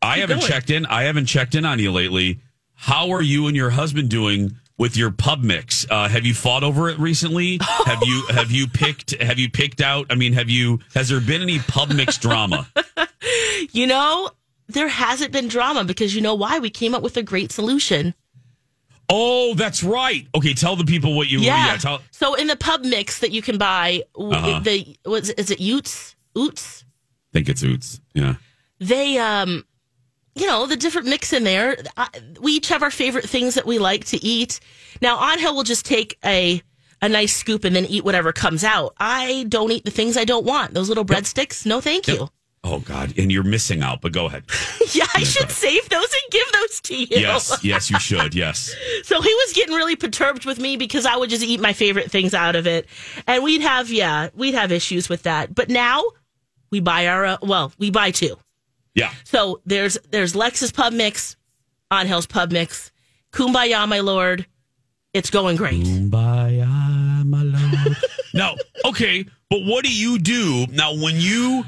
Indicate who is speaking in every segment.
Speaker 1: I haven't checked in. I haven't checked in on you lately. How are you and your husband doing with your pub mix? Uh, have you fought over it recently? have you have you picked have you picked out? I mean, have you has there been any pub mix drama?
Speaker 2: You know, there hasn't been drama because you know why? We came up with a great solution.
Speaker 1: Oh, that's right. Okay, tell the people what you yeah. tell,
Speaker 2: So in the pub mix that you can buy, w
Speaker 1: Uh-huh.
Speaker 2: the what's is it Utes? Oots?
Speaker 1: think it's Oots. Yeah.
Speaker 2: They um you know, the different mix in there. I, we each have our favorite things that we like to eat. Now, Angel will just take a a nice scoop and then eat whatever comes out. I don't eat the things I don't want. Those little breadsticks, no thank you.
Speaker 1: Oh God, and you're missing out. But go ahead.
Speaker 2: yeah, I should save those and give those to you.
Speaker 1: Yes, yes, you should. Yes.
Speaker 2: So he was getting really perturbed with me because I would just eat my favorite things out of it. And we'd have, yeah, we'd have issues with that. But now we buy our, uh, well, we buy two.
Speaker 1: Yeah.
Speaker 2: So there's, there's Lex's Pub Mix, Angel's Pub Mix, Kumbaya, my lord. It's going great.
Speaker 1: Kumbaya, my lord. now, okay, but what do you do now when you?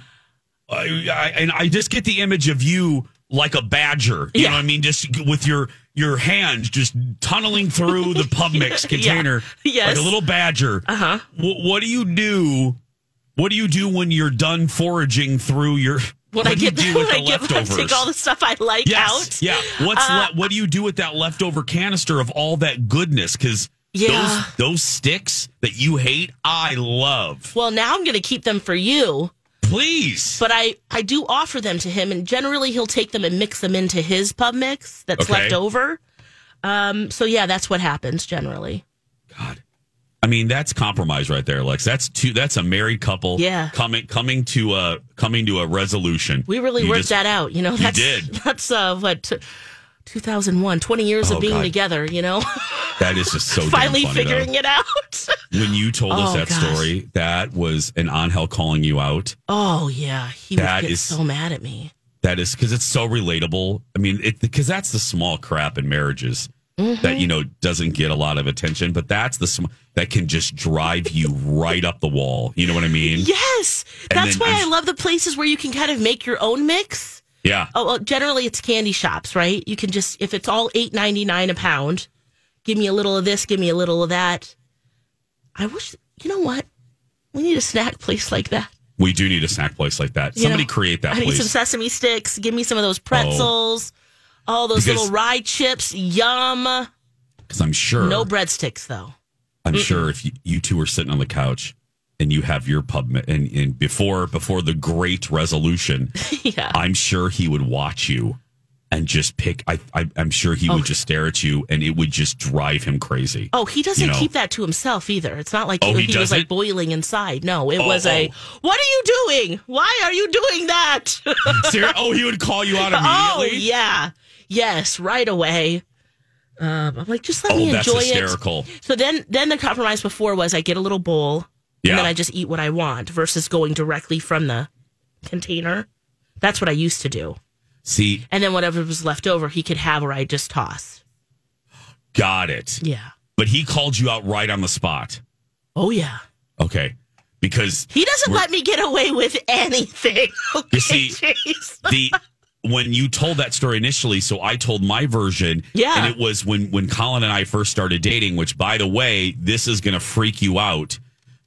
Speaker 1: I, I, and I just get the image of you like a badger. You
Speaker 2: Yeah.
Speaker 1: know what I mean? Just with your your hand just tunneling through the pub mix container,
Speaker 2: Yes.
Speaker 1: like a little badger. Uh
Speaker 2: Uh-huh.
Speaker 1: what do you do? What do you do when you're done foraging through your?
Speaker 2: When
Speaker 1: what
Speaker 2: I
Speaker 1: do you
Speaker 2: get,
Speaker 1: do
Speaker 2: when
Speaker 1: with
Speaker 2: I
Speaker 1: the
Speaker 2: get, I
Speaker 1: leftovers?
Speaker 2: take all the stuff I like out.
Speaker 1: Yeah. What's
Speaker 2: Uh,
Speaker 1: le- what do you do with that leftover canister of all that goodness? Because
Speaker 2: Yeah.
Speaker 1: those those sticks that you hate, I love.
Speaker 2: Well, now I'm going to keep them for you.
Speaker 1: Please.
Speaker 2: But I, I do offer them to him, and generally he'll take them and mix them into his pub mix that's
Speaker 1: Okay.
Speaker 2: left over. Um, so yeah, that's what happens generally.
Speaker 1: God. I mean, that's compromise right there, Lex. That's two. That's a married couple.
Speaker 2: Yeah.
Speaker 1: Coming coming to a coming to a resolution.
Speaker 2: We really
Speaker 1: You
Speaker 2: worked
Speaker 1: just-
Speaker 2: that out, you know. That's,
Speaker 1: did.
Speaker 2: That's uh, what t- 2001, 20 years
Speaker 1: Oh,
Speaker 2: of being
Speaker 1: God.
Speaker 2: together, you know.
Speaker 1: That is just so damn
Speaker 2: Finally
Speaker 1: funny,
Speaker 2: figuring
Speaker 1: though.
Speaker 2: it out.
Speaker 1: When you told us
Speaker 2: Oh,
Speaker 1: that
Speaker 2: gosh.
Speaker 1: story, that was an Angel calling you out.
Speaker 2: oh yeah, he
Speaker 1: That
Speaker 2: would get
Speaker 1: is-
Speaker 2: so mad at me.
Speaker 1: That is because it's so relatable. I mean, it because that's the small crap in marriages that
Speaker 2: Mm-hmm.
Speaker 1: you know doesn't get a lot of attention, but that's the sm- that can just drive you right up the wall. You know what I mean?
Speaker 2: Yes,
Speaker 1: And
Speaker 2: that's
Speaker 1: then
Speaker 2: why
Speaker 1: I'm-
Speaker 2: I love the places where you can kind of make your own mix.
Speaker 1: Yeah.
Speaker 2: Oh, well, generally it's candy shops, right? You can just if it's all eight ninety nine a pound, give me a little of this, give me a little of that. I wish you know what? We need a snack place like that.
Speaker 1: We do need a snack place like that.
Speaker 2: you
Speaker 1: Somebody
Speaker 2: know?
Speaker 1: create that,
Speaker 2: I need
Speaker 1: please. Oh.
Speaker 2: some sesame sticks. Give me some of those pretzels. All those
Speaker 1: Because-
Speaker 2: little rye chips. Yum.
Speaker 1: Because I'm sure
Speaker 2: No breadsticks though.
Speaker 1: I'm sure if you, you two are sitting on the couch and you have your pub mi- and, and before before the great resolution,
Speaker 2: yeah.
Speaker 1: I'm sure he would watch you and just pick. I, I I'm sure he would just stare at you and it would just drive him crazy.
Speaker 2: Oh, he doesn't
Speaker 1: know.
Speaker 2: keep that to himself either. It's not like
Speaker 1: Oh,
Speaker 2: he,
Speaker 1: he
Speaker 2: he was
Speaker 1: doesn't?
Speaker 2: like boiling inside. No, it
Speaker 1: Oh,
Speaker 2: was a, what are you doing? Why are you doing that?
Speaker 1: Ser- oh, he would call you out
Speaker 2: Oh
Speaker 1: immediately.
Speaker 2: yeah, yes, right away. Um, I'm like, just let me
Speaker 1: Oh, that's
Speaker 2: enjoy
Speaker 1: hysterical.
Speaker 2: it. So then, then the compromise before was I get a little bowl
Speaker 1: Yeah.
Speaker 2: and then I just eat what I want versus going directly from the container. That's what I used to do.
Speaker 1: See,
Speaker 2: And then whatever was left over, he could have or I just toss.
Speaker 1: got it.
Speaker 2: Yeah.
Speaker 1: But he called you out right on the spot.
Speaker 2: Oh yeah.
Speaker 1: Okay. Because
Speaker 2: He doesn't
Speaker 1: We're-
Speaker 2: let me get away with anything. Okay,
Speaker 1: see-
Speaker 2: Chase?
Speaker 1: the when you told that story initially, so I told my version.
Speaker 2: Yeah.
Speaker 1: And it was when when Colin and I first started dating, which by the way, this is gonna freak you out.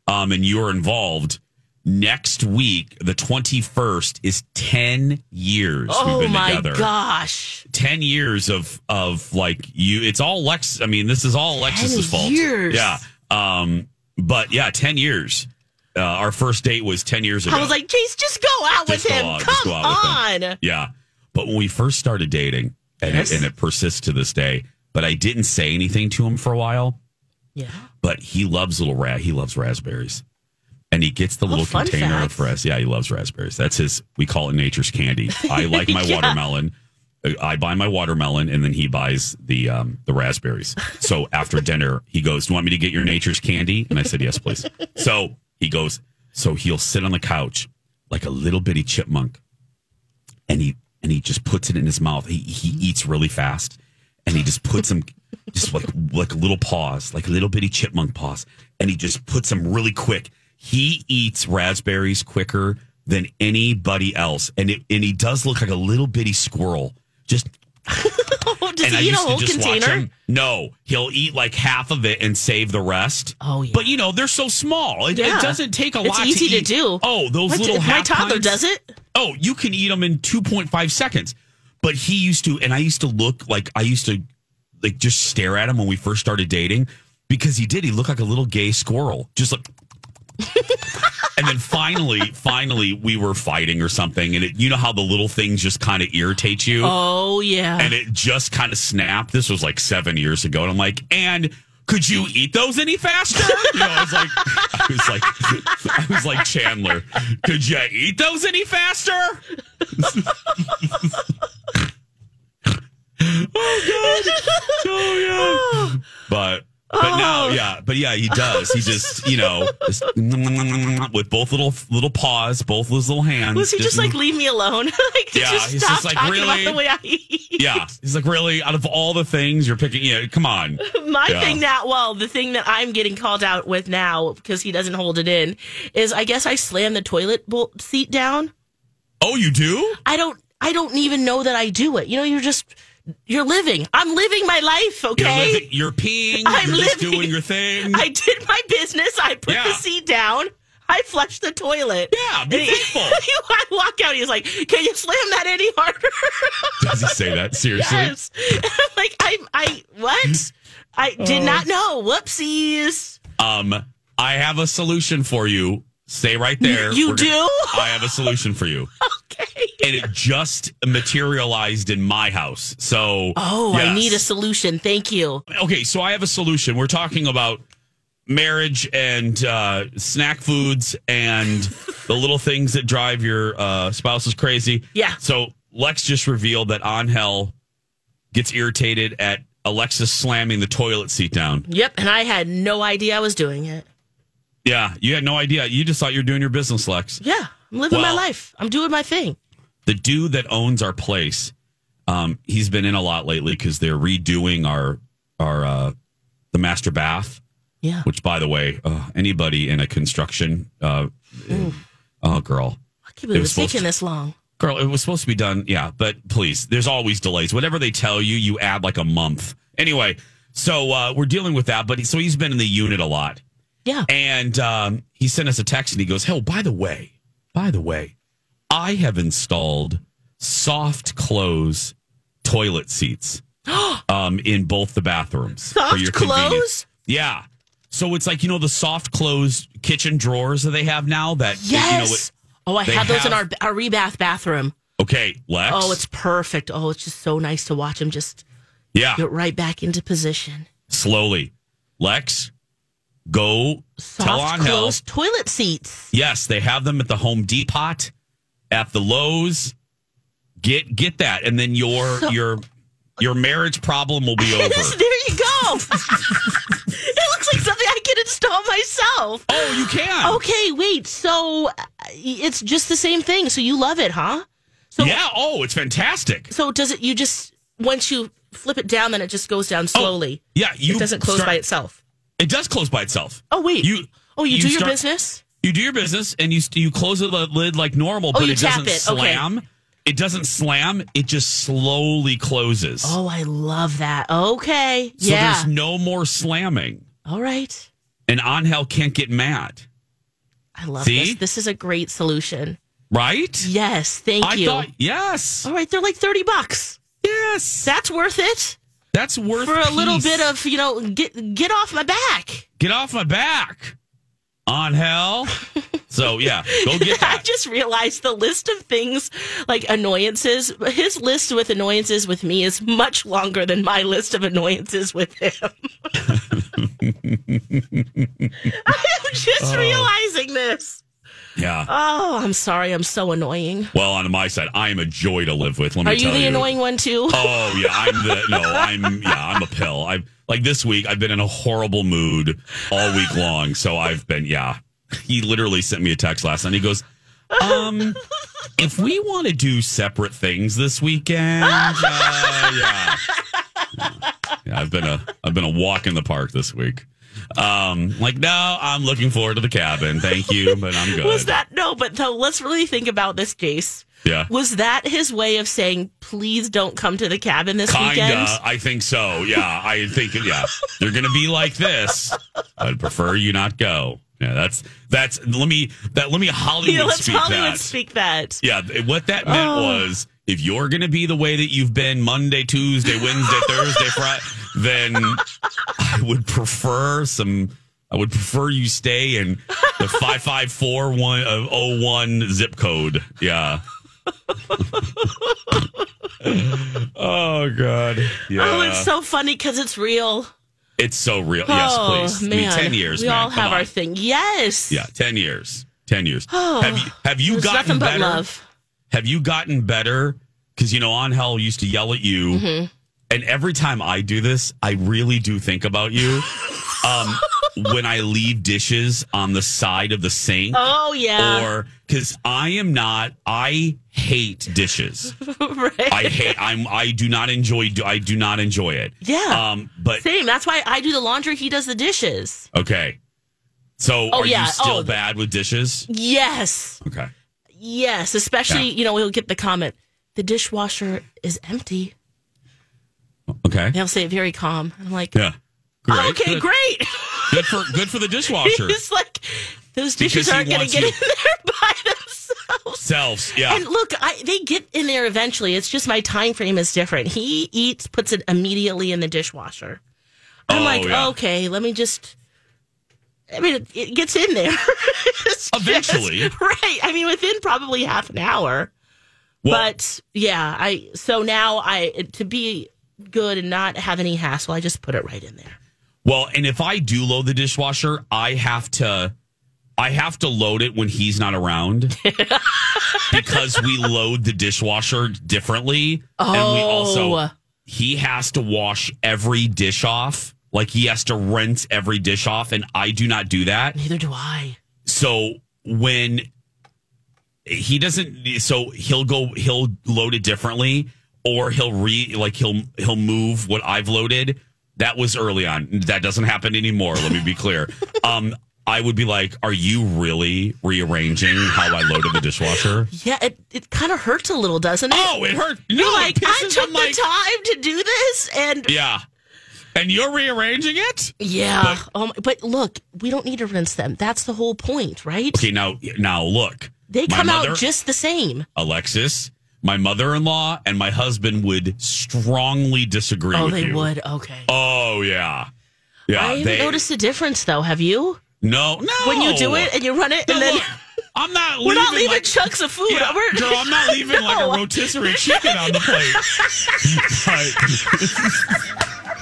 Speaker 1: Um, and you're involved. next week, the 21st, is 10 years
Speaker 2: Oh
Speaker 1: we've been
Speaker 2: my
Speaker 1: together.
Speaker 2: gosh.
Speaker 1: 10 years of, of like you, it's all Lex. I mean, this is all Alexis's fault.
Speaker 2: years.
Speaker 1: Yeah. Um, but yeah, 10 years. Uh, our first date was 10 years ago.
Speaker 2: I was like, Jace, just go out
Speaker 1: Just
Speaker 2: with
Speaker 1: go
Speaker 2: him.
Speaker 1: out, just
Speaker 2: Come
Speaker 1: go out
Speaker 2: on.
Speaker 1: Yeah. But when we first started dating, and,
Speaker 2: Yes.
Speaker 1: it, and it persists to this day, but I didn't say anything to him for a while.
Speaker 2: Yeah.
Speaker 1: But he loves little rat. He loves raspberries, and he gets the little
Speaker 2: fun
Speaker 1: container
Speaker 2: fact.
Speaker 1: of ras. Yeah, he loves raspberries. That's his. We call it nature's candy. I like my
Speaker 2: Yeah.
Speaker 1: watermelon. Uh, I buy my watermelon, and then he buys the um, the raspberries. So after dinner, he goes, "Do you want me to get your nature's candy?" And I said, "Yes, please." So he goes. So he'll sit on the couch like a little bitty chipmunk and he and he just puts it in his mouth. He he
Speaker 2: Mm-hmm.
Speaker 1: eats really fast, and he just puts them just like like little paws, like little bitty chipmunk paws, and he just puts them really quick. He eats raspberries quicker than anybody else, and it, and he does look like a little bitty squirrel. Just
Speaker 2: Does
Speaker 1: and I
Speaker 2: he eat a
Speaker 1: used
Speaker 2: whole
Speaker 1: to just watch
Speaker 2: container?
Speaker 1: him. No, he'll eat like half of it and save the rest.
Speaker 2: Oh, yeah.
Speaker 1: but you know they're so small; it, it
Speaker 2: Yeah.
Speaker 1: doesn't take a
Speaker 2: It's
Speaker 1: lot.
Speaker 2: easy
Speaker 1: to,
Speaker 2: to
Speaker 1: eat.
Speaker 2: do.
Speaker 1: Oh, those
Speaker 2: My,
Speaker 1: little
Speaker 2: my
Speaker 1: half
Speaker 2: toddler
Speaker 1: pints?
Speaker 2: does it.
Speaker 1: oh, you can eat them in 2.5 seconds. But he used to, and I used to look like I used to like just stare at him when we first started dating because he did. He looked like a little gay squirrel, just like. and then finally, finally, we were fighting or something, and it, you know how the little things just kind of irritate you
Speaker 2: Oh yeah.
Speaker 1: and it just kind of snapped. This was like seven years ago, and I'm like, and could you eat those any faster? You know, I was like, I was like, I was like Chandler, could you eat those any faster? oh god! Oh yeah! But. But now,
Speaker 2: Oh.
Speaker 1: yeah, but yeah, he does. He just, you know, just with both little little paws, both his little hands.
Speaker 2: was he just like leave me alone? like did
Speaker 1: Yeah,
Speaker 2: you
Speaker 1: he's
Speaker 2: stop
Speaker 1: just like,
Speaker 2: talking
Speaker 1: really?
Speaker 2: about the way I eat?
Speaker 1: yeah, he's like really out of all the things you're picking. Yeah, come on.
Speaker 2: My
Speaker 1: Yeah.
Speaker 2: thing now, well, the thing that I'm getting called out with now because he doesn't hold it in is I guess I slam the toilet bowl seat down.
Speaker 1: Oh, you do?
Speaker 2: I don't I don't even know that I do it. You know, you're just you're living. I'm living my life,
Speaker 1: You're,
Speaker 2: okay?
Speaker 1: living- you're peeing.
Speaker 2: I'm
Speaker 1: you're just
Speaker 2: living.
Speaker 1: doing your thing.
Speaker 2: I did my business. I put
Speaker 1: Yeah.
Speaker 2: the seat down. I flushed the toilet.
Speaker 1: Yeah, be
Speaker 2: And he-
Speaker 1: thankful.
Speaker 2: I walk out. He's like, "Can you slam that any harder?"
Speaker 1: Does he say that seriously?
Speaker 2: yes. And I'm like, "I, I what?
Speaker 1: Hmm.
Speaker 2: I did
Speaker 1: Oh.
Speaker 2: not know. Whoopsies.
Speaker 1: Um, I have a solution for you. Stay right there.
Speaker 2: You
Speaker 1: We're gonna-
Speaker 2: do?
Speaker 1: I have a solution for you,
Speaker 2: Okay.
Speaker 1: and it just materialized in my house. So,
Speaker 2: Oh, I
Speaker 1: yes.
Speaker 2: need a solution. Thank you.
Speaker 1: okay, so I have a solution. We're talking about marriage and uh, snack foods and the little things that drive your uh, spouses crazy.
Speaker 2: Yeah.
Speaker 1: So Lex just revealed that Angel gets irritated at Alexis slamming the toilet seat down.
Speaker 2: Yep. And I had no idea I was doing it.
Speaker 1: Yeah, you had no idea. You just thought you were doing your business, Lex.
Speaker 2: Yeah, I'm living
Speaker 1: Well-
Speaker 2: my life. I'm doing my thing.
Speaker 1: the dude that owns our place, um, he's been in a lot lately because they're redoing our our uh, the master bath.
Speaker 2: Yeah.
Speaker 1: Which, by the way, uh, anybody in a construction, uh, oh girl,
Speaker 2: I can't believe
Speaker 1: was
Speaker 2: it's taking
Speaker 1: supposed to-
Speaker 2: this long.
Speaker 1: girl, it was supposed to be done. Yeah, but please, there's always delays. Whatever they tell you, you add like a month. Anyway, so uh, we're dealing with that. But he, so he's been in the unit a lot.
Speaker 2: Yeah.
Speaker 1: And um, he sent us a text and he goes, Hell, by the way, by the way, I have installed soft close toilet seats um, in both the bathrooms. for
Speaker 2: Soft
Speaker 1: your convenience.
Speaker 2: close?
Speaker 1: Yeah. So it's like, you know, the soft close kitchen drawers that they have now that, you know,
Speaker 2: Yes.
Speaker 1: it,
Speaker 2: oh, I
Speaker 1: they
Speaker 2: had those in our
Speaker 1: have-
Speaker 2: our rebath bathroom.
Speaker 1: okay, Lex.
Speaker 2: Oh, it's perfect. Oh, it's just so nice to watch him just
Speaker 1: yeah,
Speaker 2: get right back into position.
Speaker 1: slowly. Lex, go tell on
Speaker 2: Soft
Speaker 1: Hell.
Speaker 2: closed toilet seats.
Speaker 1: Yes, they have them at the Home Depot, at the Lowe's. Get get that, and then your your your marriage problem will be
Speaker 2: Yes,
Speaker 1: over.
Speaker 2: there you go. it looks like something I can install myself.
Speaker 1: oh, you can.
Speaker 2: Okay, wait. So uh, it's just the same thing. So you love it, huh? So
Speaker 1: Yeah. Oh, it's fantastic.
Speaker 2: so does it? You just once you flip it down, then it just goes down slowly.
Speaker 1: Yeah, Oh, you
Speaker 2: it doesn't close
Speaker 1: start-
Speaker 2: by itself.
Speaker 1: It does close by itself.
Speaker 2: Oh wait.
Speaker 1: You-
Speaker 2: oh you,
Speaker 1: you
Speaker 2: do your
Speaker 1: start-
Speaker 2: business.
Speaker 1: You do your business, and you st- you close the li- lid like normal, but
Speaker 2: Oh, you
Speaker 1: it
Speaker 2: tap
Speaker 1: doesn't
Speaker 2: it. Okay.
Speaker 1: slam. It doesn't slam. It just slowly closes.
Speaker 2: Oh, I love that. Okay.
Speaker 1: so
Speaker 2: yeah.
Speaker 1: there's no more slamming,
Speaker 2: All right.
Speaker 1: and Angel can't get mad.
Speaker 2: I love
Speaker 1: See?
Speaker 2: this. This is a great solution.
Speaker 1: Right?
Speaker 2: Yes, thank
Speaker 1: I
Speaker 2: you. Oh.
Speaker 1: thought yes.
Speaker 2: All right, they're like 30 bucks.
Speaker 1: Yes.
Speaker 2: That's worth it
Speaker 1: That's worth
Speaker 2: for a little
Speaker 1: peace.
Speaker 2: bit of, you know, get get off my back.
Speaker 1: get off my back. On hell. so yeah, go get
Speaker 2: I
Speaker 1: that.
Speaker 2: just realized the list of things like annoyances. His list with annoyances with me is much longer than my list of annoyances with him. I am
Speaker 1: Oh.
Speaker 2: just realizing this.
Speaker 1: Yeah.
Speaker 2: Oh, I'm sorry. I'm so annoying.
Speaker 1: Well, on my side, I am a joy to live with. Let me
Speaker 2: Are you
Speaker 1: tell
Speaker 2: the
Speaker 1: you.
Speaker 2: annoying one too?
Speaker 1: Oh yeah, I'm the no, I'm yeah, I'm a pill. I like this week I've been in a horrible mood all week long. So I've been yeah. He literally sent me a text last night. He goes, um, if we want to do separate things this weekend, uh, yeah. yeah, I've been a I've been a walk in the park this week. Um, like no, I'm looking forward to the cabin. Thank you, but I'm good.
Speaker 2: Was that no? But though, let's really think about this, Jace.
Speaker 1: yeah,
Speaker 2: Was that his way of saying, "Please don't come to the cabin this weekend"?
Speaker 1: Kinda, I think so. Yeah, I think yeah. You're gonna be like this. I'd prefer you not go. Yeah, that's that's. Let me that let me Hollywood
Speaker 2: Yeah, let's
Speaker 1: speak
Speaker 2: Hollywood
Speaker 1: that.
Speaker 2: speak that.
Speaker 1: Yeah, th- what that meant
Speaker 2: Oh.
Speaker 1: was if you're gonna be the way that you've been Monday, Tuesday, Wednesday, Thursday, Friday, then I would prefer some. I would prefer you stay in the five five four one oh one zip code. Yeah. oh God! Yeah.
Speaker 2: Oh, it's so funny because it's real.
Speaker 1: It's so real. Yes,
Speaker 2: oh
Speaker 1: please.
Speaker 2: man,
Speaker 1: I mean, ten years.
Speaker 2: We
Speaker 1: man.
Speaker 2: all
Speaker 1: Come
Speaker 2: have
Speaker 1: on.
Speaker 2: our thing. Yes.
Speaker 1: Yeah, ten years. Ten years.
Speaker 2: Oh,
Speaker 1: have you have you
Speaker 2: There's
Speaker 1: gotten
Speaker 2: nothing but
Speaker 1: better?
Speaker 2: love.
Speaker 1: Have you gotten better? Because you know, on hell used to yell at you,
Speaker 2: Mm-hmm.
Speaker 1: and every time I do this, I really do think about you. um, when I leave dishes on the side of the sink,
Speaker 2: Oh yeah.
Speaker 1: or because I am not, I hate dishes.
Speaker 2: right.
Speaker 1: I hate. I'm. I do not enjoy. Do I do not enjoy it.
Speaker 2: Yeah.
Speaker 1: Um. But
Speaker 2: Same. That's why I do the laundry. He does the dishes.
Speaker 1: okay. So
Speaker 2: Oh,
Speaker 1: are
Speaker 2: yeah.
Speaker 1: you still
Speaker 2: Oh.
Speaker 1: bad with dishes?
Speaker 2: Yes.
Speaker 1: Okay.
Speaker 2: Yes. Especially you know he'll get the comment. The dishwasher is empty.
Speaker 1: Okay.
Speaker 2: They'll say it very calm. I'm like,
Speaker 1: Yeah. Great.
Speaker 2: Oh, okay,
Speaker 1: good.
Speaker 2: great.
Speaker 1: Good for good for the dishwasher.
Speaker 2: He's like, those
Speaker 1: Because
Speaker 2: dishes
Speaker 1: he
Speaker 2: aren't going to
Speaker 1: wants
Speaker 2: get
Speaker 1: you-
Speaker 2: in there by themselves.
Speaker 1: Selves. Yeah.
Speaker 2: And look, I, they get in there eventually. It's just my time frame is different. He eats, puts it immediately in the dishwasher. I'm
Speaker 1: Oh,
Speaker 2: like,
Speaker 1: yeah.
Speaker 2: okay, let me just. I mean, it, it gets in there. It's just-
Speaker 1: Eventually.
Speaker 2: right? I mean, within probably half an hour.
Speaker 1: Well,
Speaker 2: But yeah, I so now I to be good and not have any hassle, I just put it right in there.
Speaker 1: well, and if I do load the dishwasher, I have to I have to load it when he's not around. because we load the dishwasher differently. And we
Speaker 2: Oh.
Speaker 1: also he has to wash every dish off. Like he has to rinse every dish off, and I do not do that.
Speaker 2: Neither do I.
Speaker 1: so when he doesn't so he'll go he'll load it differently or he'll re like he'll he'll move what i've loaded that was early on that doesn't happen anymore let me be clear um i would be like are you really rearranging how i loaded the dishwasher
Speaker 2: Yeah, it, it kind of hurts a little, doesn't it?
Speaker 1: oh it hurt no,
Speaker 2: You're
Speaker 1: it
Speaker 2: like, I
Speaker 1: pisses-
Speaker 2: took
Speaker 1: I'm
Speaker 2: the
Speaker 1: like,
Speaker 2: time to do this, and
Speaker 1: yeah and you're rearranging it
Speaker 2: yeah. um, but look, we don't need to rinse them. That's the whole point, right?
Speaker 1: okay now now look
Speaker 2: They
Speaker 1: My
Speaker 2: come
Speaker 1: mother-
Speaker 2: out just the same.
Speaker 1: Alexis, my mother in law, and my husband would strongly disagree
Speaker 2: Oh,
Speaker 1: with
Speaker 2: they
Speaker 1: you.
Speaker 2: would. Okay.
Speaker 1: Oh, yeah. Yeah.
Speaker 2: I haven't
Speaker 1: they-
Speaker 2: noticed a difference though. Have you?
Speaker 1: No, no.
Speaker 2: When you do it and you run it,
Speaker 1: No,
Speaker 2: and then
Speaker 1: look, I'm not
Speaker 2: we're not leaving
Speaker 1: like,
Speaker 2: chunks of food.
Speaker 1: Yeah,
Speaker 2: We're-
Speaker 1: girl, I'm not leaving like
Speaker 2: No.
Speaker 1: a rotisserie chicken on the plate. Right.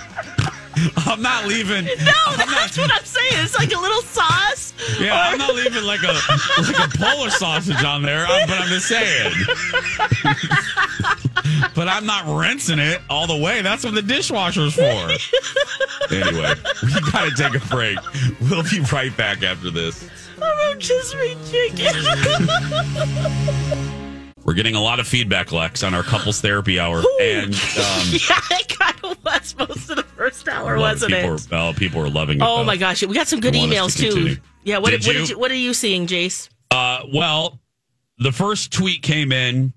Speaker 1: I'm not leaving.
Speaker 2: No,
Speaker 1: I'm
Speaker 2: that's
Speaker 1: not,
Speaker 2: what I'm saying. It's like a little sauce.
Speaker 1: yeah, I'm not leaving like a like a polar sausage on there. I'm, but I'm just saying. but I'm not rinsing it all the way. That's what the dishwasher's for. anyway, we gotta take a break. We'll be right back after this.
Speaker 2: A rotisserie chicken.
Speaker 1: We're getting a lot of feedback, Lex, on our couples therapy hour, and um,
Speaker 2: yeah, it kind of was most of the first hour,
Speaker 1: a lot of
Speaker 2: wasn't it?
Speaker 1: people Were, oh, people were loving it.
Speaker 2: Oh
Speaker 1: though.
Speaker 2: my gosh, we got some good
Speaker 1: They want us
Speaker 2: emails
Speaker 1: to continue.
Speaker 2: too. Yeah, what
Speaker 1: Did
Speaker 2: what,
Speaker 1: you?
Speaker 2: Did you, what are you seeing, Jace?
Speaker 1: Uh, well, the first tweet came in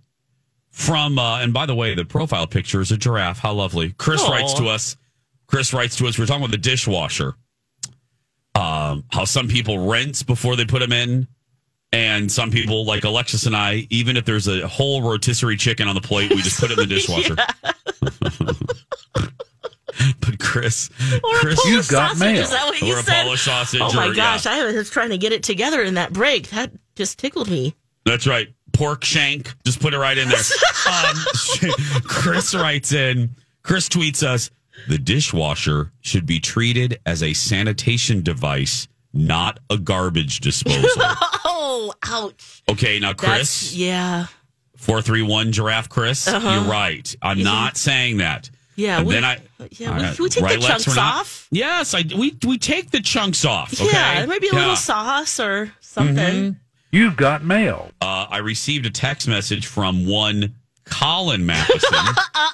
Speaker 1: from, uh, and by the way, the profile picture is a giraffe. How lovely. Chris
Speaker 2: Aw.
Speaker 1: writes to us. Chris writes to us. We're talking about the dishwasher. Um, how some people rinse before they put them in. And some people, like Alexis and I, even if there's a whole rotisserie chicken on the plate, we just put it in the dishwasher. but Chris,
Speaker 2: Or
Speaker 1: Chris,
Speaker 2: a Polish
Speaker 3: you got
Speaker 2: sausage.
Speaker 3: mail.
Speaker 2: Is that what you
Speaker 1: or a
Speaker 2: said?
Speaker 1: Polish sausage.
Speaker 2: Oh my
Speaker 1: or,
Speaker 2: gosh,
Speaker 1: yeah.
Speaker 2: I was trying to get it together in that break. That just tickled me.
Speaker 1: That's right. Pork shank. Just put it right in there. um, Chris writes in, Chris tweets us the dishwasher should be treated as a sanitation device, not a garbage disposal.
Speaker 2: Oh, ouch.
Speaker 1: okay, now,
Speaker 2: That's
Speaker 1: Chris,
Speaker 2: yeah.
Speaker 1: 431 Giraffe Chris,
Speaker 2: Uh-huh.
Speaker 1: you're right. I'm not saying that.
Speaker 2: Yeah,
Speaker 1: And
Speaker 2: we-
Speaker 1: then I.
Speaker 2: yeah, we-
Speaker 1: I-
Speaker 2: we take the
Speaker 1: Lex,
Speaker 2: chunks
Speaker 1: we're not-
Speaker 2: off?
Speaker 1: Yes, I, we, we take the chunks off. Okay?
Speaker 2: Yeah, maybe
Speaker 1: Yeah.
Speaker 2: a
Speaker 1: Mm-hmm.
Speaker 2: little sauce or something.
Speaker 3: You've got mail.
Speaker 1: Uh, I received a text message from one Colin Matheson.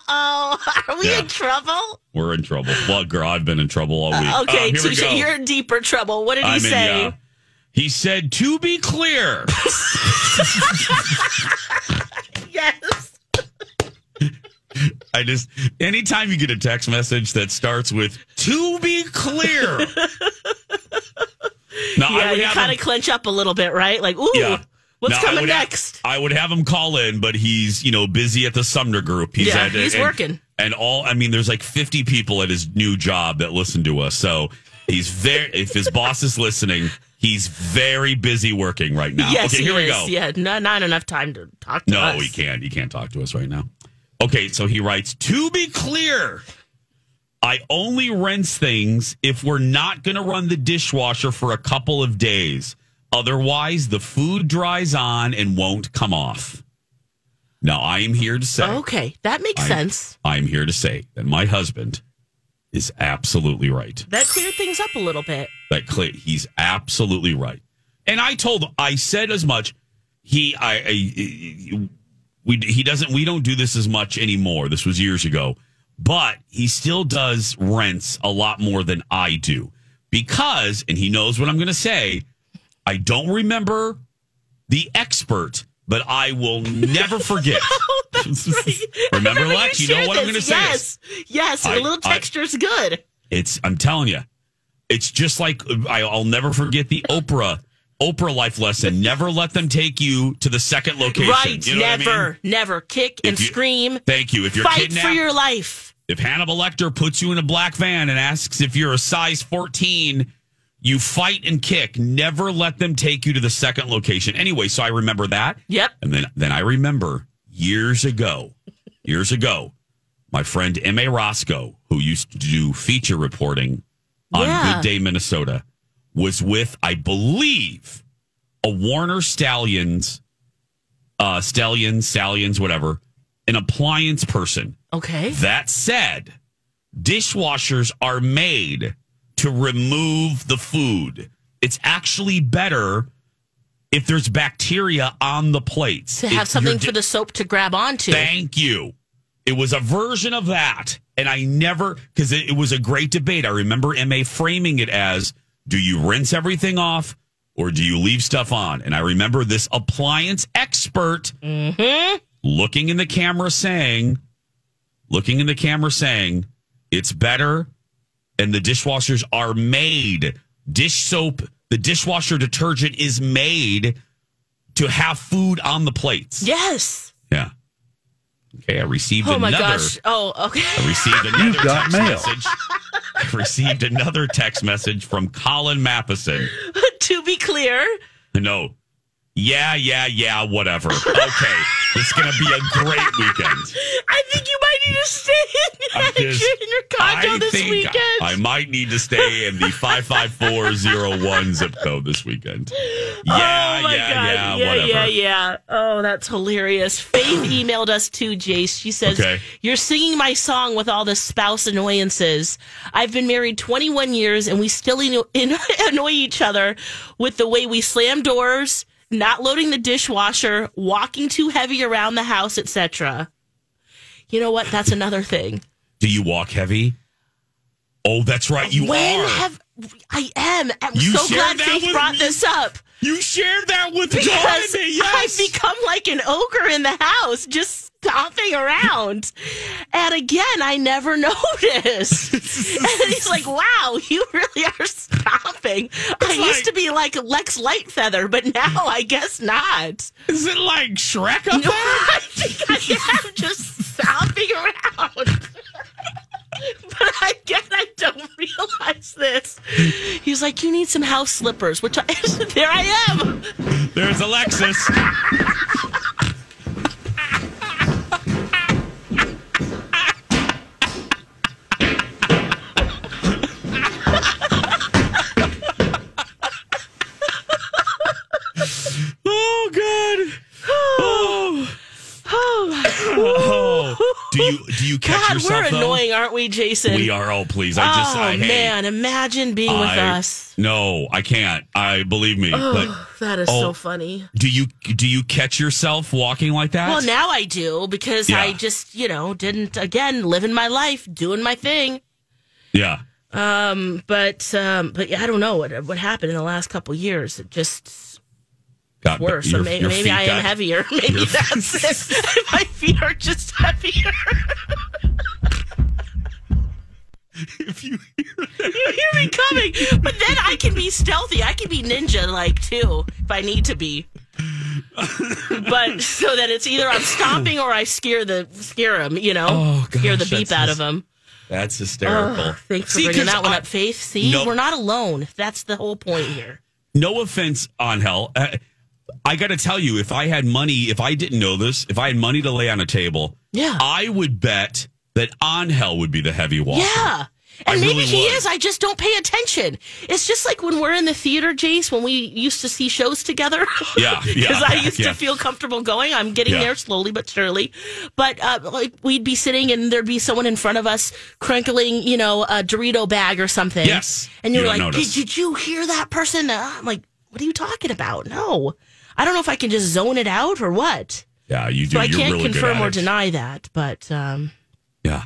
Speaker 2: Oh, are we
Speaker 1: Yeah.
Speaker 2: in trouble?
Speaker 1: We're in trouble. Well, girl, I've been in trouble all week.
Speaker 2: Uh, Okay,
Speaker 1: Um, here we
Speaker 2: Tisha,
Speaker 1: go.
Speaker 2: you're in deeper trouble. What did he
Speaker 1: I'm in,
Speaker 2: say?
Speaker 1: yeah. He said, to be clear,
Speaker 2: Yes.
Speaker 1: I just, anytime you get a text message that starts with, to be clear. now,
Speaker 2: Yeah, you
Speaker 1: have
Speaker 2: kind
Speaker 1: him-
Speaker 2: of clench up a little bit, right? Like, ooh,
Speaker 1: yeah.
Speaker 2: what's
Speaker 1: Now, I
Speaker 2: coming
Speaker 1: would have-
Speaker 2: next?
Speaker 1: I would have him call in, but he's, you know, busy at the Sumner Group. He's
Speaker 2: Yeah,
Speaker 1: at,
Speaker 2: he's
Speaker 1: and-
Speaker 2: working.
Speaker 1: And all, I mean, there's like 50 people at his new job that listen to us. So he's very, if his boss is listening, he's very busy working right now.
Speaker 2: yes,
Speaker 1: okay, here
Speaker 2: he
Speaker 1: we
Speaker 2: is.
Speaker 1: go.
Speaker 2: Yeah, no, not enough time to talk to
Speaker 1: No,
Speaker 2: us.
Speaker 1: he can't. He can't talk to us right now. Okay, so he writes To be clear, I only rinse things if we're not going to run the dishwasher for a couple of days. Otherwise, the food dries on and won't come off. Now, I am here to say,
Speaker 2: Okay, that makes sense.
Speaker 1: I am here to say that my husband is absolutely right.
Speaker 2: That cleared things up a little bit.
Speaker 1: That Clay, he's absolutely right. And I told, I said as much. He, I, I, we, he doesn't. We don't do this as much anymore. This was years ago, but he still does rents a lot more than I do because, and he knows what I'm going to say. I don't remember the expert, but I will never forget.
Speaker 2: Oh,
Speaker 1: Remember, Lex, you know
Speaker 2: shared
Speaker 1: what I'm
Speaker 2: this.
Speaker 1: going to say.
Speaker 2: Yes, yes,
Speaker 1: I-
Speaker 2: a little
Speaker 1: I-
Speaker 2: texture's good.
Speaker 1: It's I'm telling you, it's just like I, I'll never forget the Oprah Oprah life lesson. Never let them take you to the second location.
Speaker 2: Right,
Speaker 1: You know what I mean?
Speaker 2: never, never kick and
Speaker 1: you-
Speaker 2: scream.
Speaker 1: Thank you. If you're
Speaker 2: Fight
Speaker 1: kidnapped,
Speaker 2: for your life.
Speaker 1: if Hannibal Lecter puts you in a black van and asks if you're a size 14, you fight and kick. Never let them take you to the second location. Anyway, so I remember that.
Speaker 2: Yep.
Speaker 1: And then then I remember years ago, years ago, my friend M.A. Roscoe, who used to do feature reporting on
Speaker 2: Yeah.
Speaker 1: Good Day Minnesota, was with, I believe, a Warner Stallions, uh, Stallions, Stallions, whatever, an appliance person.
Speaker 2: Okay.
Speaker 1: That said, dishwashers are made to remove the food. It's actually better if there's bacteria on the plates.
Speaker 2: To have
Speaker 1: If
Speaker 2: something
Speaker 1: you're
Speaker 2: for
Speaker 1: di-
Speaker 2: the soap to grab onto.
Speaker 1: Thank you. It was a version of that. And I never, because it, it was a great debate. I remember MA framing it as do you rinse everything off or do you leave stuff on? And I remember this appliance expert Mm-hmm. looking in the camera saying, looking in the camera saying, it's better. And the dishwashers are made. Dish soap, the dishwasher detergent is made to have food on the plates.
Speaker 2: Yes.
Speaker 1: Yeah. Okay, I received
Speaker 2: Oh my
Speaker 1: another.
Speaker 2: gosh. Oh, okay.
Speaker 1: I received another
Speaker 3: You've got
Speaker 1: text
Speaker 3: mail.
Speaker 1: message. I received another text message from Colin Matheson.
Speaker 2: to be clear,
Speaker 1: No. Yeah, yeah, yeah, whatever. Okay. it's gonna be a great weekend.
Speaker 2: I think you might need to stay in,
Speaker 1: I'm just-
Speaker 2: in your condo
Speaker 1: I
Speaker 2: this
Speaker 1: think
Speaker 2: weekend.
Speaker 1: I might need to stay in the five five four zero one zip code this weekend. Yeah,
Speaker 2: oh my
Speaker 1: yeah, yeah,
Speaker 2: God. yeah,
Speaker 1: whatever.
Speaker 2: yeah, yeah. Oh, that's hilarious. Faith emailed us too, Jace. She says,
Speaker 1: Okay.
Speaker 2: You're singing my song with all the spouse annoyances. I've been married 21 years and we still anno- annoy each other with the way we slam doors, not loading the dishwasher, walking too heavy around the house, etc. You know what? That's another thing.
Speaker 1: Do you walk heavy? Oh, that's right. You
Speaker 2: when
Speaker 1: are.
Speaker 2: have I am? I'm
Speaker 1: You
Speaker 2: so
Speaker 1: shared
Speaker 2: glad
Speaker 1: that
Speaker 2: Faith
Speaker 1: with
Speaker 2: brought
Speaker 1: me.
Speaker 2: this up.
Speaker 1: you shared that with Dawn
Speaker 2: because
Speaker 1: and me, Yes.
Speaker 2: I've become like an ogre in the house, just stomping around. And again, I never noticed. and he's like, "Wow, you really are stomping laughing. I
Speaker 1: like-
Speaker 2: used to be like Lex Lightfeather, but now I guess not.
Speaker 1: Is it like Shrek up there?
Speaker 2: No, I think I am just stomping around. but I get I don't realize this. He's like, you need some house slippers, which I, there I am.
Speaker 1: There's Alexis. oh God. Oh. Oh. Do you do you catch
Speaker 2: God,
Speaker 1: yourself
Speaker 2: we're
Speaker 1: though?
Speaker 2: annoying, aren't we, Jason?
Speaker 1: We are. Oh, please. I just.
Speaker 2: oh
Speaker 1: I, hey,
Speaker 2: man, imagine being with
Speaker 1: I-
Speaker 2: us.
Speaker 1: No, I can't. I believe me. But
Speaker 2: That is
Speaker 1: Oh.
Speaker 2: so funny.
Speaker 1: do you do you catch yourself walking like that?
Speaker 2: Well, now I do because
Speaker 1: Yeah.
Speaker 2: I just, you know, didn't again living my life, doing my thing.
Speaker 1: Yeah.
Speaker 2: But um but yeah, I don't know what what happened in the last couple years. It just
Speaker 1: Got
Speaker 2: worse.
Speaker 1: your-
Speaker 2: Or may-
Speaker 1: your
Speaker 2: maybe
Speaker 1: feet
Speaker 2: I am
Speaker 1: got-
Speaker 2: heavier. Maybe
Speaker 1: your-
Speaker 2: that's it. my feet are just heavier.
Speaker 1: If you hear that,
Speaker 2: you hear me coming, but then I can be stealthy. I can be ninja like too if I need to be. but so that it's either I'm stomping or I scare the scare him. You know,
Speaker 1: Oh,
Speaker 2: scare the
Speaker 1: gosh,
Speaker 2: beep
Speaker 1: that's
Speaker 2: out of
Speaker 1: just-
Speaker 2: him.
Speaker 1: that's hysterical.
Speaker 2: Thanks for
Speaker 1: See,
Speaker 2: bringing
Speaker 1: 'cause
Speaker 2: that one
Speaker 1: I-
Speaker 2: up, Faith. See,
Speaker 1: No.
Speaker 2: we're not alone. That's the whole point here.
Speaker 1: no offense on hell. Uh, I got to tell you, if I had money, if I didn't know this, if I had money to lay on a table,
Speaker 2: Yeah.
Speaker 1: I would bet that on hell would be the heavy walker.
Speaker 2: Yeah. And
Speaker 1: I
Speaker 2: maybe
Speaker 1: really
Speaker 2: he
Speaker 1: would.
Speaker 2: is. I just don't pay attention. It's just like when we're in the theater, Jace, when we used to see shows together.
Speaker 1: Yeah, yeah,
Speaker 2: Because I
Speaker 1: yeah,
Speaker 2: used
Speaker 1: yeah.
Speaker 2: to feel comfortable going. I'm getting
Speaker 1: Yeah.
Speaker 2: there slowly but surely. But uh, like we'd be sitting and there'd be someone in front of us crinkling, you know, a Dorito bag or something.
Speaker 1: Yes.
Speaker 2: And you're
Speaker 1: You don't
Speaker 2: like,
Speaker 1: notice.
Speaker 2: did, did you hear that person? Uh, I'm like, what are you talking about? No. I don't know if I can just zone it out or what.
Speaker 1: Yeah, you do.
Speaker 2: So I
Speaker 1: You're
Speaker 2: can't
Speaker 1: really good
Speaker 2: confirm
Speaker 1: at
Speaker 2: or
Speaker 1: it.
Speaker 2: deny that. But. um
Speaker 1: Yeah.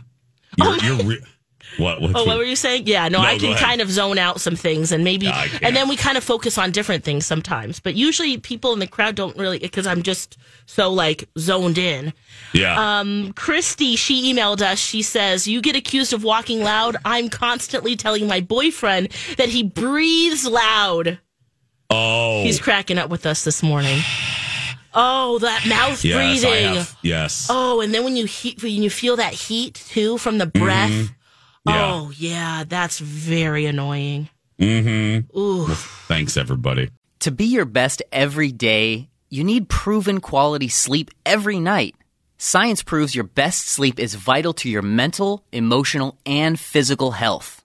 Speaker 1: You're, you're re- what? What's
Speaker 2: Oh, what were you saying? Yeah, no,
Speaker 1: No,
Speaker 2: I
Speaker 1: go
Speaker 2: can
Speaker 1: ahead.
Speaker 2: kind of zone out some things and maybe,
Speaker 1: Yeah, I can.
Speaker 2: and then we kind of focus on different things sometimes. But usually people in the crowd don't really, because I'm just so like zoned in. Mm,
Speaker 1: Yeah.
Speaker 2: Um, Christy, she emailed us. She says, You get accused of walking loud. I'm constantly telling my boyfriend that he breathes loud.
Speaker 1: oh.
Speaker 2: He's cracking up with us this morning. Oh, that mouth
Speaker 1: yes, I
Speaker 2: breathing.
Speaker 1: have. Yes.
Speaker 2: Oh, and then when you heat, when you feel that heat too from the breath.
Speaker 1: Mm-hmm. Yeah.
Speaker 2: Oh, yeah, that's very annoying.
Speaker 1: Mm-hmm. Thanks, everybody.
Speaker 4: To be your best every day, you need proven quality sleep every night. Science proves your best sleep is vital to your mental, emotional, and physical health.